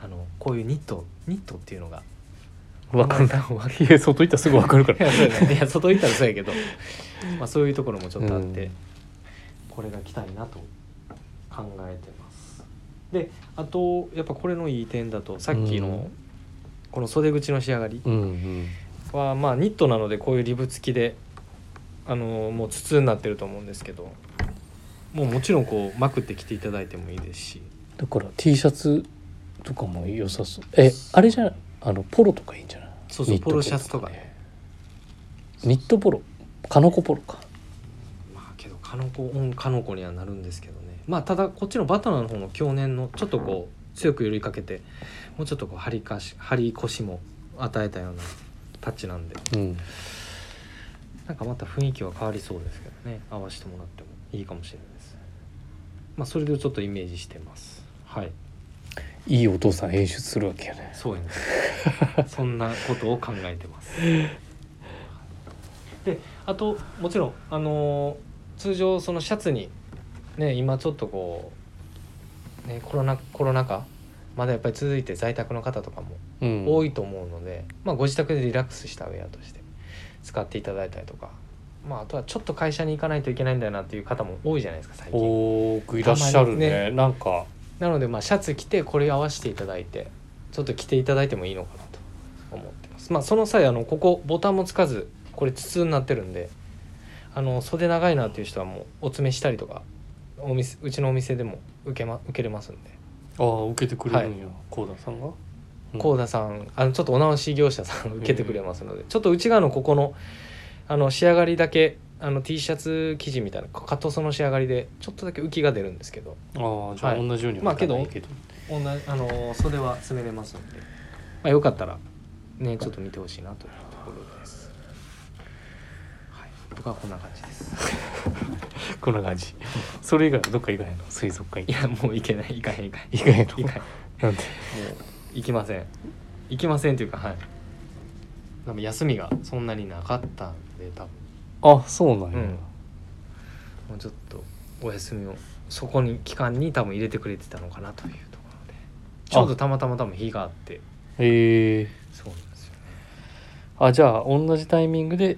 Speaker 2: あのこういうニットニットっていうのが
Speaker 1: 分かる
Speaker 2: な
Speaker 1: な
Speaker 2: かる
Speaker 1: いや外行ったらすぐ分かるか
Speaker 2: い
Speaker 1: ら
Speaker 2: やそうや *laughs* ねいや外行ったらそうやけど、まあ、そういうところもちょっとあって、
Speaker 1: うん
Speaker 2: これが来たいなと考えてますであとやっぱこれのいい点だとさっき
Speaker 1: う
Speaker 2: の
Speaker 1: ん
Speaker 2: この袖口の仕上がり
Speaker 1: うんうん
Speaker 2: はまあニットなのでこういうリブ付きであのもう筒になってると思うんですけどもうもちろんこうまくって着ていただいてもいいですし
Speaker 1: だから T シャツとかも良さそうえあれじゃないあのポロとかいいんじゃない
Speaker 2: そうそう
Speaker 1: ニット
Speaker 2: ポロシャツとかね
Speaker 1: ニットポロカノコポロか
Speaker 2: まあけどかのこオンかのこにはなるんですけどねまあただこっちのバタナの方の去年のちょっとこう強く寄りかけてもうちょっとこう張りかし張り腰も与えたようなタッチなんで
Speaker 1: うん
Speaker 2: なんかまた雰囲気は変わりそうですけどね合わせてもらってもいいかもしれないですまあそれでちょっとイメージしてますはい
Speaker 1: いいお父さん演出するわけやね
Speaker 2: そうやねそんなことを考えてますであともちろんあのー通常そのシャツにね今ちょっとこう、ね、コロナコロナ禍まだやっぱり続いて在宅の方とかも
Speaker 1: うん
Speaker 2: 多いと思うので、まあ、ご自宅でリラックスしたウェアとして使っていただいたりとか、まあ、あとはちょっと会社に行かないといけないんだよなっていう方も多いじゃないですか最近。
Speaker 1: 多くいらっしゃるね
Speaker 2: たま
Speaker 1: なんか
Speaker 2: なのでまあシャツ着てこれ合わせていただいてちょっと着ていただいてもいいのかなと思ってますまあその際あのここボタンもつかずこれ筒になってるんであの袖長いなっていう人はもうお詰めしたりとかお店うちのお店でも受け,、ま、受けれますんで
Speaker 1: ああ受けてくれるんや幸田、さんが
Speaker 2: 幸
Speaker 1: 田
Speaker 2: 田さんあのちょっとお直し業者さん受けてくれますのでちょっと内側のここのあの仕上がりだけあの T シャツ生地みたいなカトソの仕上がりでちょっとだけ浮きが出るんですけど
Speaker 1: ああじゃあ
Speaker 2: はい
Speaker 1: 同じようには
Speaker 2: まあけど
Speaker 1: いかないど
Speaker 2: 同じあの袖は詰めれますので、まあ、よかったらねちょっと見てほしいなというところです、はい、僕はこんな感じです
Speaker 1: *laughs* こんな感じそれ以外はどっか行かへんの水族館
Speaker 2: *laughs* い
Speaker 1: 行
Speaker 2: やもういけないいかへんいかへん
Speaker 1: 行かへんの
Speaker 2: いかへんも
Speaker 1: なんで
Speaker 2: ういきませんいきませんというかはい多分休みがそんなになかったんで多分
Speaker 1: あそうなんや、
Speaker 2: うんもうちょっとお休みをそこに期間に多分入れてくれてたのかなというところでちょうどたまたま多分日があって
Speaker 1: ええ
Speaker 2: そうなんですよね
Speaker 1: あじゃあ同じタイミングで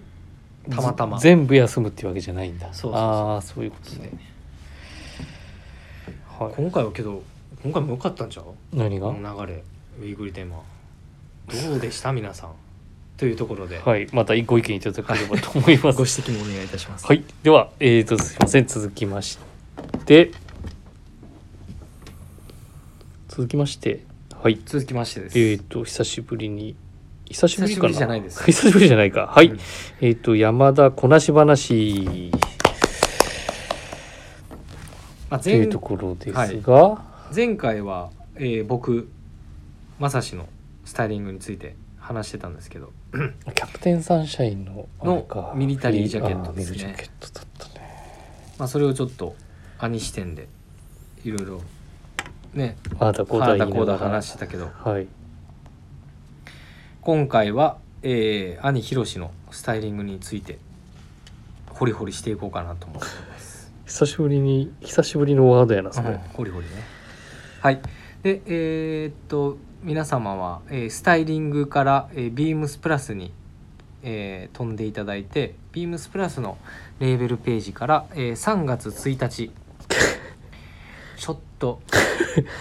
Speaker 2: たまたま
Speaker 1: ず全部休むっていうわけじゃないんだ
Speaker 2: そうそうそう
Speaker 1: ああそういうことねはい
Speaker 2: 今回はけど今回も良かったんちゃう
Speaker 1: 何が、
Speaker 2: この流れウィークリーテーマどうでした *laughs* 皆さんというところで、
Speaker 1: はいまたご意見いただければと思います
Speaker 2: *laughs* ご指摘もお願いいたします、
Speaker 1: はい、では、えー、とすいません続きまして続きましてはい
Speaker 2: 続きましてです、
Speaker 1: えっ、と久しぶりに久しぶりかな
Speaker 2: 久しぶりじゃないです
Speaker 1: 久しぶりじゃないかはい、
Speaker 2: うん
Speaker 1: えっ、と山田こなし話
Speaker 2: まあ、
Speaker 1: とい
Speaker 2: 前
Speaker 1: うところですが、
Speaker 2: 前回は、えー僕まさしのスタイリングについて話してたんですけど
Speaker 1: キャプテンサンシャインのあれか
Speaker 2: のミリタリージャケットですね
Speaker 1: あーミリジャケットだったね
Speaker 2: まあ、それをちょっと兄視点でいろいろね
Speaker 1: ああだこうだ
Speaker 2: 原
Speaker 1: 言いながら
Speaker 2: 田こうだ話してたけど
Speaker 1: はい
Speaker 2: 今回は、えー兄ひろしのスタイリングについてホリホリしていこうかなと思ってます
Speaker 1: 久しぶりに久しぶりのワードやなそれ、
Speaker 2: うんホリホリねはいでえーっと皆様は、えースタイリングから、えー、ビームスプラスに、えー飛んでいただいてビームスプラスのレーベルページから、えー3月1
Speaker 1: *laughs*
Speaker 2: 日ちょっと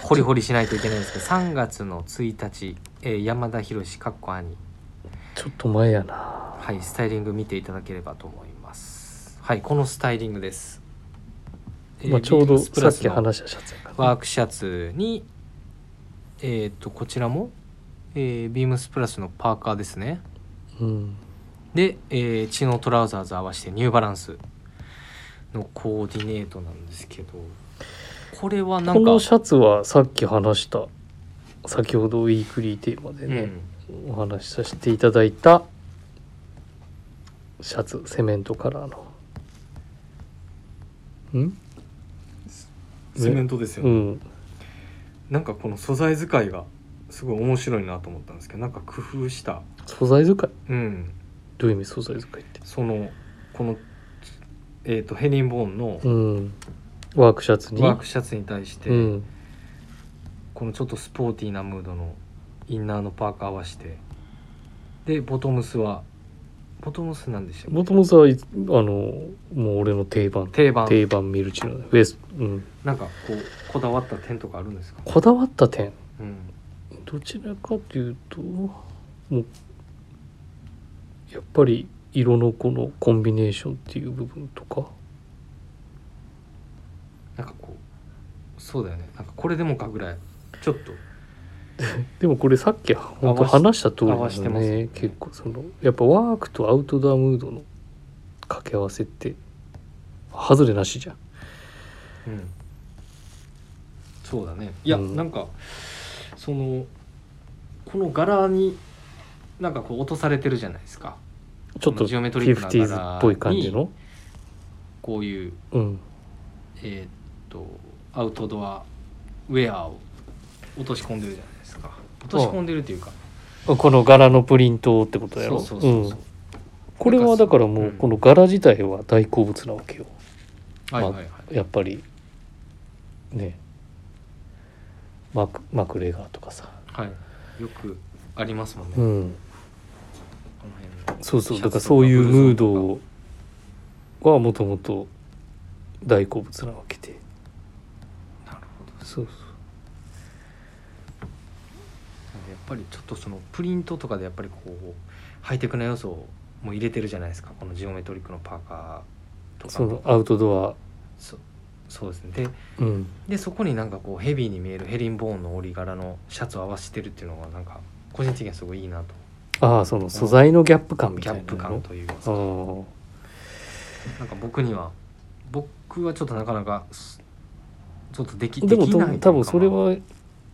Speaker 2: ホリホリしないといけないんですけど3月の1日、えー山田博かっこ兄
Speaker 1: ちょっと前やな
Speaker 2: はいスタイリング見ていただければと思いますはいこのスタイリングです、えー
Speaker 1: まあ、ちょう
Speaker 2: ビー
Speaker 1: ど
Speaker 2: ムスプ
Speaker 1: さ
Speaker 2: ラ
Speaker 1: っ
Speaker 2: ス
Speaker 1: き
Speaker 2: の
Speaker 1: 話したシャツやから
Speaker 2: ワークシャツに、えっ、と、こちらも、えービームスプラスのパーカーですね。
Speaker 1: うん
Speaker 2: で、えー、チノトラウザーズ合わせてニューバランスのコーディネートなんですけど、これはな
Speaker 1: こ
Speaker 2: んか、
Speaker 1: のシャツはさっき話した先ほどウィークリーテーマで
Speaker 2: う
Speaker 1: ね、
Speaker 2: ん、
Speaker 1: お話しさせていただいたシャツセメントカラーのん
Speaker 2: セメントですよ、
Speaker 1: う
Speaker 2: ね
Speaker 1: ん
Speaker 2: なんかこの素材使いがすごい面白いなと思ったんですけど、なんか工夫した、
Speaker 1: 素材使い
Speaker 2: うん、
Speaker 1: どういう意味素材使いって
Speaker 2: その、この、えっ、と、ヘリンボーンの
Speaker 1: うんワークシャツに
Speaker 2: ワークシャツに対して、
Speaker 1: うん
Speaker 2: このちょっとスポーティーなムードのインナーのパーカー合わせてでボトムスはボトムスなんでしたっけ
Speaker 1: もともとはいつあのもう俺の定番
Speaker 2: 定番
Speaker 1: 定番ミルチのウェスト、うん、
Speaker 2: なんかこうこだわった点とかあるんですか、
Speaker 1: こだわった点
Speaker 2: うん、
Speaker 1: どちらかというともうやっぱり色のこのコンビネーションっていう部分とか
Speaker 2: なんかこうそうだよねなんかこれでもかぐらいちょっと
Speaker 1: でもこれさっき本当
Speaker 2: 合わし
Speaker 1: 話した通りな
Speaker 2: 合わして
Speaker 1: の
Speaker 2: ますよ
Speaker 1: ね
Speaker 2: ね
Speaker 1: 結構そのやっぱワークとアウトドアムードの掛け合わせって外れなしじゃん
Speaker 2: うんちょそうだねいや、
Speaker 1: うん
Speaker 2: なんかそのこの柄になんかこう落とされてるじゃないですか
Speaker 1: ちょっと
Speaker 2: ジ
Speaker 1: フ
Speaker 2: オメトリ
Speaker 1: ィ
Speaker 2: ック
Speaker 1: フ
Speaker 2: な
Speaker 1: ティーズっぽい感じの
Speaker 2: こういう
Speaker 1: うん
Speaker 2: えーっとアウトドアウェアを落とし込んでるじゃないですか落とし込んでるっていうか
Speaker 1: この柄のプリントってことや
Speaker 2: そ
Speaker 1: ろ
Speaker 2: うそうそうそ
Speaker 1: うん、
Speaker 2: う
Speaker 1: これはだからも
Speaker 2: う
Speaker 1: うんこの柄自体は大好物なわけよ
Speaker 2: はいはいはい
Speaker 1: やっぱりねマクマクレガーとかさ
Speaker 2: はいよくありますもんね、
Speaker 1: うん
Speaker 2: この辺の
Speaker 1: そうそう
Speaker 2: シ
Speaker 1: だ
Speaker 2: ャ
Speaker 1: から
Speaker 2: ツと
Speaker 1: そういうムード
Speaker 2: ブルゾンと
Speaker 1: をはもともと大好物なわけで
Speaker 2: かなるほど
Speaker 1: そう
Speaker 2: なんでやっぱりちょっとそのプリントとかでやっぱりこうハイテクな要素も入れてるじゃないですかこのジオメトリックのパーカーとか
Speaker 1: そうそのアウトド
Speaker 2: そそうですねで
Speaker 1: アうん
Speaker 2: でそこになんかこうヘビーに見えるヘリンボーンの折り柄のシャツを合わせてるっていうのがなんか個人的にはすごいいいなと
Speaker 1: ああその素材のギャップ感み
Speaker 2: ギ
Speaker 1: た
Speaker 2: ャ
Speaker 1: いな
Speaker 2: ップ感というか
Speaker 1: あー
Speaker 2: なんか僕には僕はちょっとなかなかすちょっとでき
Speaker 1: でも
Speaker 2: できないというか
Speaker 1: 多分それ
Speaker 2: ま
Speaker 1: は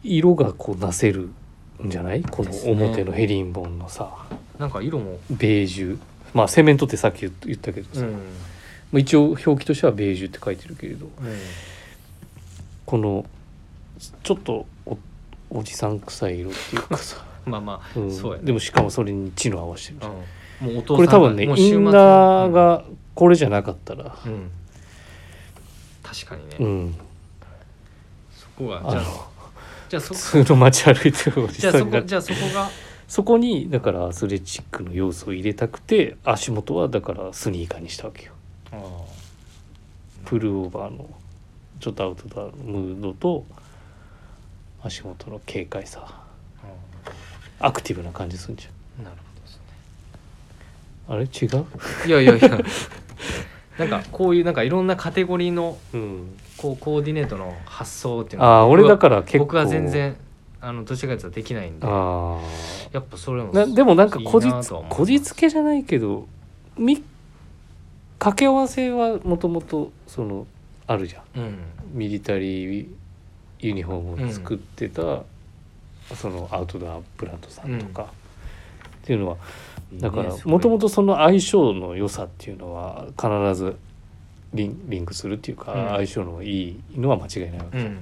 Speaker 1: 色がこうなせるんじゃないこの
Speaker 2: ですね
Speaker 1: 表のヘリンボンのさ
Speaker 2: あなんか色も、
Speaker 1: ベージュまあセメントってさっき言っ言ったけど
Speaker 2: う
Speaker 1: さ、
Speaker 2: ん
Speaker 1: まあ一応表記としてはベージュって書いてるけれどこのちょっとおおじさん臭い色っていうかさ、
Speaker 2: まあま
Speaker 1: うん
Speaker 2: *laughs* そうやね
Speaker 1: でもしかもそれに血の合わせてるじ
Speaker 2: あ、
Speaker 1: ゃん
Speaker 2: うん、もうお父さん
Speaker 1: これ多分ね
Speaker 2: もう
Speaker 1: イ
Speaker 2: 週末
Speaker 1: ンナー、がこれじゃなかったら
Speaker 2: うんうん確かにね、
Speaker 1: うん
Speaker 2: そこが
Speaker 1: あ
Speaker 2: じゃ
Speaker 1: の
Speaker 2: あじゃあそ
Speaker 1: 普通の街歩いてるおじ
Speaker 2: じゃ
Speaker 1: さ
Speaker 2: あそ
Speaker 1: ん
Speaker 2: こ
Speaker 1: が
Speaker 2: じゃあそこが
Speaker 1: そこにだからアスレチックの要素を入れたくて足元はだからスニーカーにしたわけよ
Speaker 2: あー
Speaker 1: プルオーバーのちょっとアウトドアのムードと足元の軽快さ
Speaker 2: あ
Speaker 1: アクティブな感じするんじ
Speaker 2: ーなるほどです
Speaker 1: ゃ
Speaker 2: ね
Speaker 1: んあれ違う
Speaker 2: いやいやいやなんかこういうなんかいろんなカテゴリーの
Speaker 1: うん
Speaker 2: こうコーディネートの発想っていうのは
Speaker 1: ああー俺だから結構
Speaker 2: 僕は全然あのどちらかというとできないんで
Speaker 1: あ
Speaker 2: やっぱそれも
Speaker 1: あでもなんかこじ
Speaker 2: いいな
Speaker 1: つ
Speaker 2: とは思います
Speaker 1: こじつけじゃないけどみ掛け合わせはもともとそのあるじゃん
Speaker 2: うん
Speaker 1: ミリタリーユニフォームを作ってた、そのアウトドアブランドさんとか、っていうのはだからもとも
Speaker 2: と
Speaker 1: とその相性の良さっていうのは必ずリンリンクするっていうか、
Speaker 2: うん
Speaker 1: 相性のいいのは間違いないわけ、
Speaker 2: うん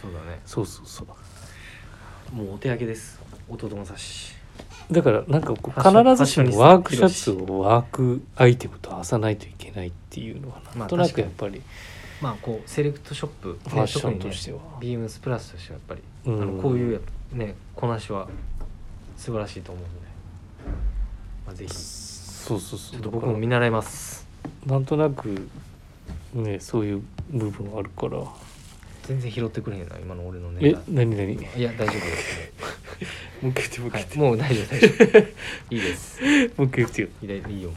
Speaker 2: そうだね
Speaker 1: そうそうそう
Speaker 2: もうお手上げです弟正志
Speaker 1: だからなんかこ
Speaker 2: ファッション
Speaker 1: う必ずし
Speaker 2: ファッショニス
Speaker 1: もワークシャツ
Speaker 2: タ
Speaker 1: をワークアイテムと合わさないといけないっていうのは
Speaker 2: ま
Speaker 1: な
Speaker 2: あ
Speaker 1: んとな
Speaker 2: 確か
Speaker 1: く
Speaker 2: に
Speaker 1: やっぱり
Speaker 2: まあこうセレクトショップ、ね、
Speaker 1: ファッション
Speaker 2: 特に
Speaker 1: と
Speaker 2: ね
Speaker 1: しては、
Speaker 2: ビームスプラスとしてはやっぱり、
Speaker 1: うん
Speaker 2: あのこういうやねこなしは素晴らしいと思うので、まあ、ぜひち
Speaker 1: そうそうそう
Speaker 2: ょっと僕も見習います
Speaker 1: なんとなくねそういう部分あるから、
Speaker 2: 全然拾ってくれへんな今の俺のネ
Speaker 1: え
Speaker 2: タ
Speaker 1: 何何
Speaker 2: いや大丈夫
Speaker 1: *laughs*
Speaker 2: です、
Speaker 1: もう一回言ってもう一
Speaker 2: は
Speaker 1: 回言って
Speaker 2: い、もう大丈夫大丈
Speaker 1: *laughs*
Speaker 2: 夫いいです
Speaker 1: もう一回言ってよ
Speaker 2: いいいいよも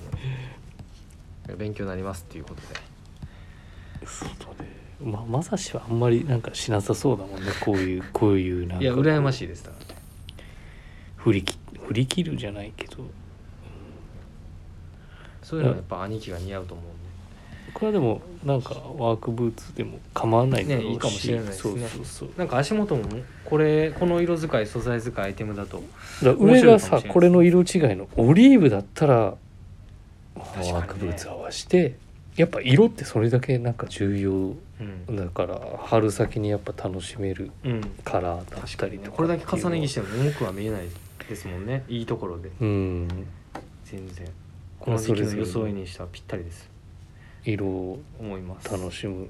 Speaker 2: う勉強になりますっていうことで
Speaker 1: そうだねままさしはあんまりなんかしなさそうだもんねこういうこういうなんか
Speaker 2: いや羨ましいですだか
Speaker 1: 振りき振り切るじゃないけど
Speaker 2: らそういうのはやっぱ兄貴が似合うと思うん
Speaker 1: これはでもなんかワークブーツでも構わないだろうし、
Speaker 2: ねいいかもしれないですね
Speaker 1: そうそう
Speaker 2: でなんか足元もこれこの色使い素材使いアイテムだと
Speaker 1: そうだから上が
Speaker 2: 面白いかも
Speaker 1: さ
Speaker 2: しれない
Speaker 1: これの色違いのオリーブだったらワ
Speaker 2: かにね
Speaker 1: ークブーツ合わしてやっぱ色ってそれだけなんか重要
Speaker 2: うん、
Speaker 1: だから春先にやっぱ楽しめる
Speaker 2: うん、
Speaker 1: カラーだっ
Speaker 2: 確
Speaker 1: た
Speaker 2: か
Speaker 1: り
Speaker 2: に、ね
Speaker 1: と、か
Speaker 2: これだけ重ね着してても文句は見えないですもんねいいところで
Speaker 1: うん
Speaker 2: 全然この時期の装いにしてはぴったりです
Speaker 1: 色を
Speaker 2: 思います
Speaker 1: 楽しむ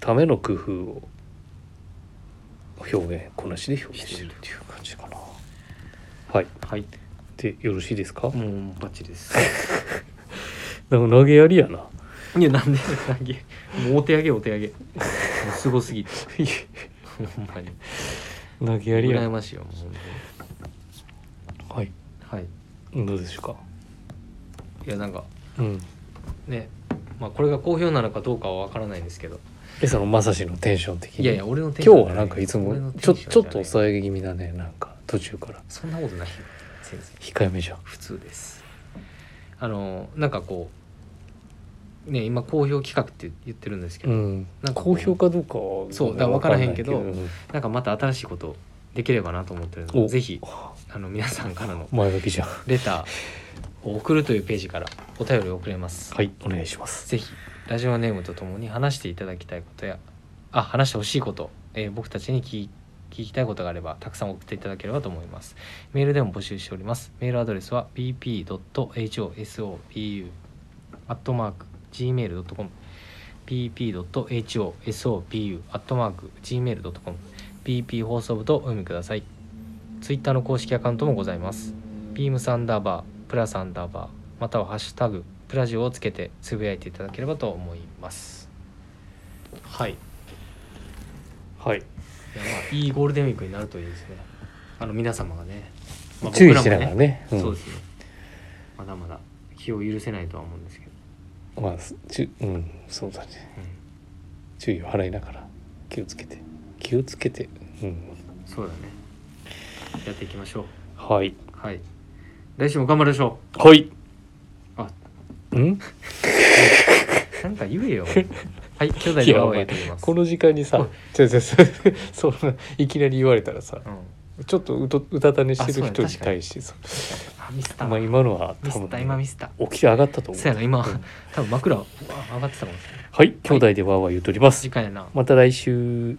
Speaker 1: ための工夫を表現こなしで表現してるっていう感じかなはい
Speaker 2: はい
Speaker 1: でよろしいですか、
Speaker 2: もうバッチリです
Speaker 1: なんか投げやりやな
Speaker 2: *laughs* いやなんでなんでもうお手上げお手 *laughs* 上げもうすごすぎてほんまに
Speaker 1: 投げやりや
Speaker 2: 羨
Speaker 1: な
Speaker 2: ましいよもう本当に
Speaker 1: はい
Speaker 2: はい
Speaker 1: どうでしょうか
Speaker 2: いやなんか
Speaker 1: うん
Speaker 2: ねまあこれが好評なのかどうかは分からないですけど
Speaker 1: えそのまさしのテンション的に
Speaker 2: いやいや俺のテンシ
Speaker 1: 今
Speaker 2: ョン
Speaker 1: 日はなんかいつ
Speaker 2: 俺の
Speaker 1: も
Speaker 2: テン
Speaker 1: ちょ
Speaker 2: ション
Speaker 1: ちょっと
Speaker 2: じゃない
Speaker 1: 抑え気味だねなんか途中から
Speaker 2: そんなことないよ全然
Speaker 1: 控えめじゃん
Speaker 2: 普通ですあのなんかこうね今好評企画って言ってるんですけ
Speaker 1: う
Speaker 2: ど、
Speaker 1: ん、
Speaker 2: なんかこう
Speaker 1: 好評かどうかは
Speaker 2: そうだから分からへんけど
Speaker 1: わかない
Speaker 2: なんかまた新しいことできればなと思ってるの
Speaker 1: お
Speaker 2: でぜひあの皆さんからの
Speaker 1: うん前書きじゃん
Speaker 2: レターを送るというページからお便りを送れます、
Speaker 1: はいお願いします
Speaker 2: ぜひラジオネームとともに話していただきたいことやあ話してほしいこと、えー僕たちに聞き聞きたいことがあればたくさん送っていただければと思いますメールでも募集しておりますメールアドレスは bp.hosobu.gmail.com bp.hosobu.gmail.com bp 放送部とお読みくださいツイッターの公式アカウントもございますビームサンダーバープラサンダーバーまたは「ハッシュタグプラジオ」をつけてつぶやいていただければと思いますはいい
Speaker 1: はい
Speaker 2: やまあいいゴールデンウィークになるといいですねあの皆様がね、まあ
Speaker 1: 注意し
Speaker 2: 僕
Speaker 1: な
Speaker 2: ら
Speaker 1: が
Speaker 2: も
Speaker 1: らねうん
Speaker 2: そうですねまだまだ気を許せないとは思うんですけど、
Speaker 1: まあちゅうんそうだね
Speaker 2: う
Speaker 1: 注意を払いながら気をつけて気をつけてうん
Speaker 2: ん、そうだねやっていきましょう
Speaker 1: はい
Speaker 2: はい来週も頑張りましょ
Speaker 1: はいう
Speaker 2: あ
Speaker 1: ん
Speaker 2: なんか言え
Speaker 1: *laughs*
Speaker 2: よはい兄弟でワーワーやっております
Speaker 1: この時間に
Speaker 2: は
Speaker 1: さ
Speaker 2: い
Speaker 1: 違う違うそう *laughs* そんないきなり言われたらさ
Speaker 2: うん、
Speaker 1: ちょっとうとうたた寝してる
Speaker 2: あそ
Speaker 1: 人
Speaker 2: う
Speaker 1: に
Speaker 2: ね確かに
Speaker 1: 対してさ
Speaker 2: あミスった
Speaker 1: まあ今のは
Speaker 2: ミ
Speaker 1: 多
Speaker 2: スっ
Speaker 1: 分
Speaker 2: た今ミスった
Speaker 1: 起き上がったと思
Speaker 2: そうや
Speaker 1: う
Speaker 2: な今多分枕うわ上がってたかもしれない
Speaker 1: はい兄弟でわーわー言うとります
Speaker 2: 時間やな
Speaker 1: また来週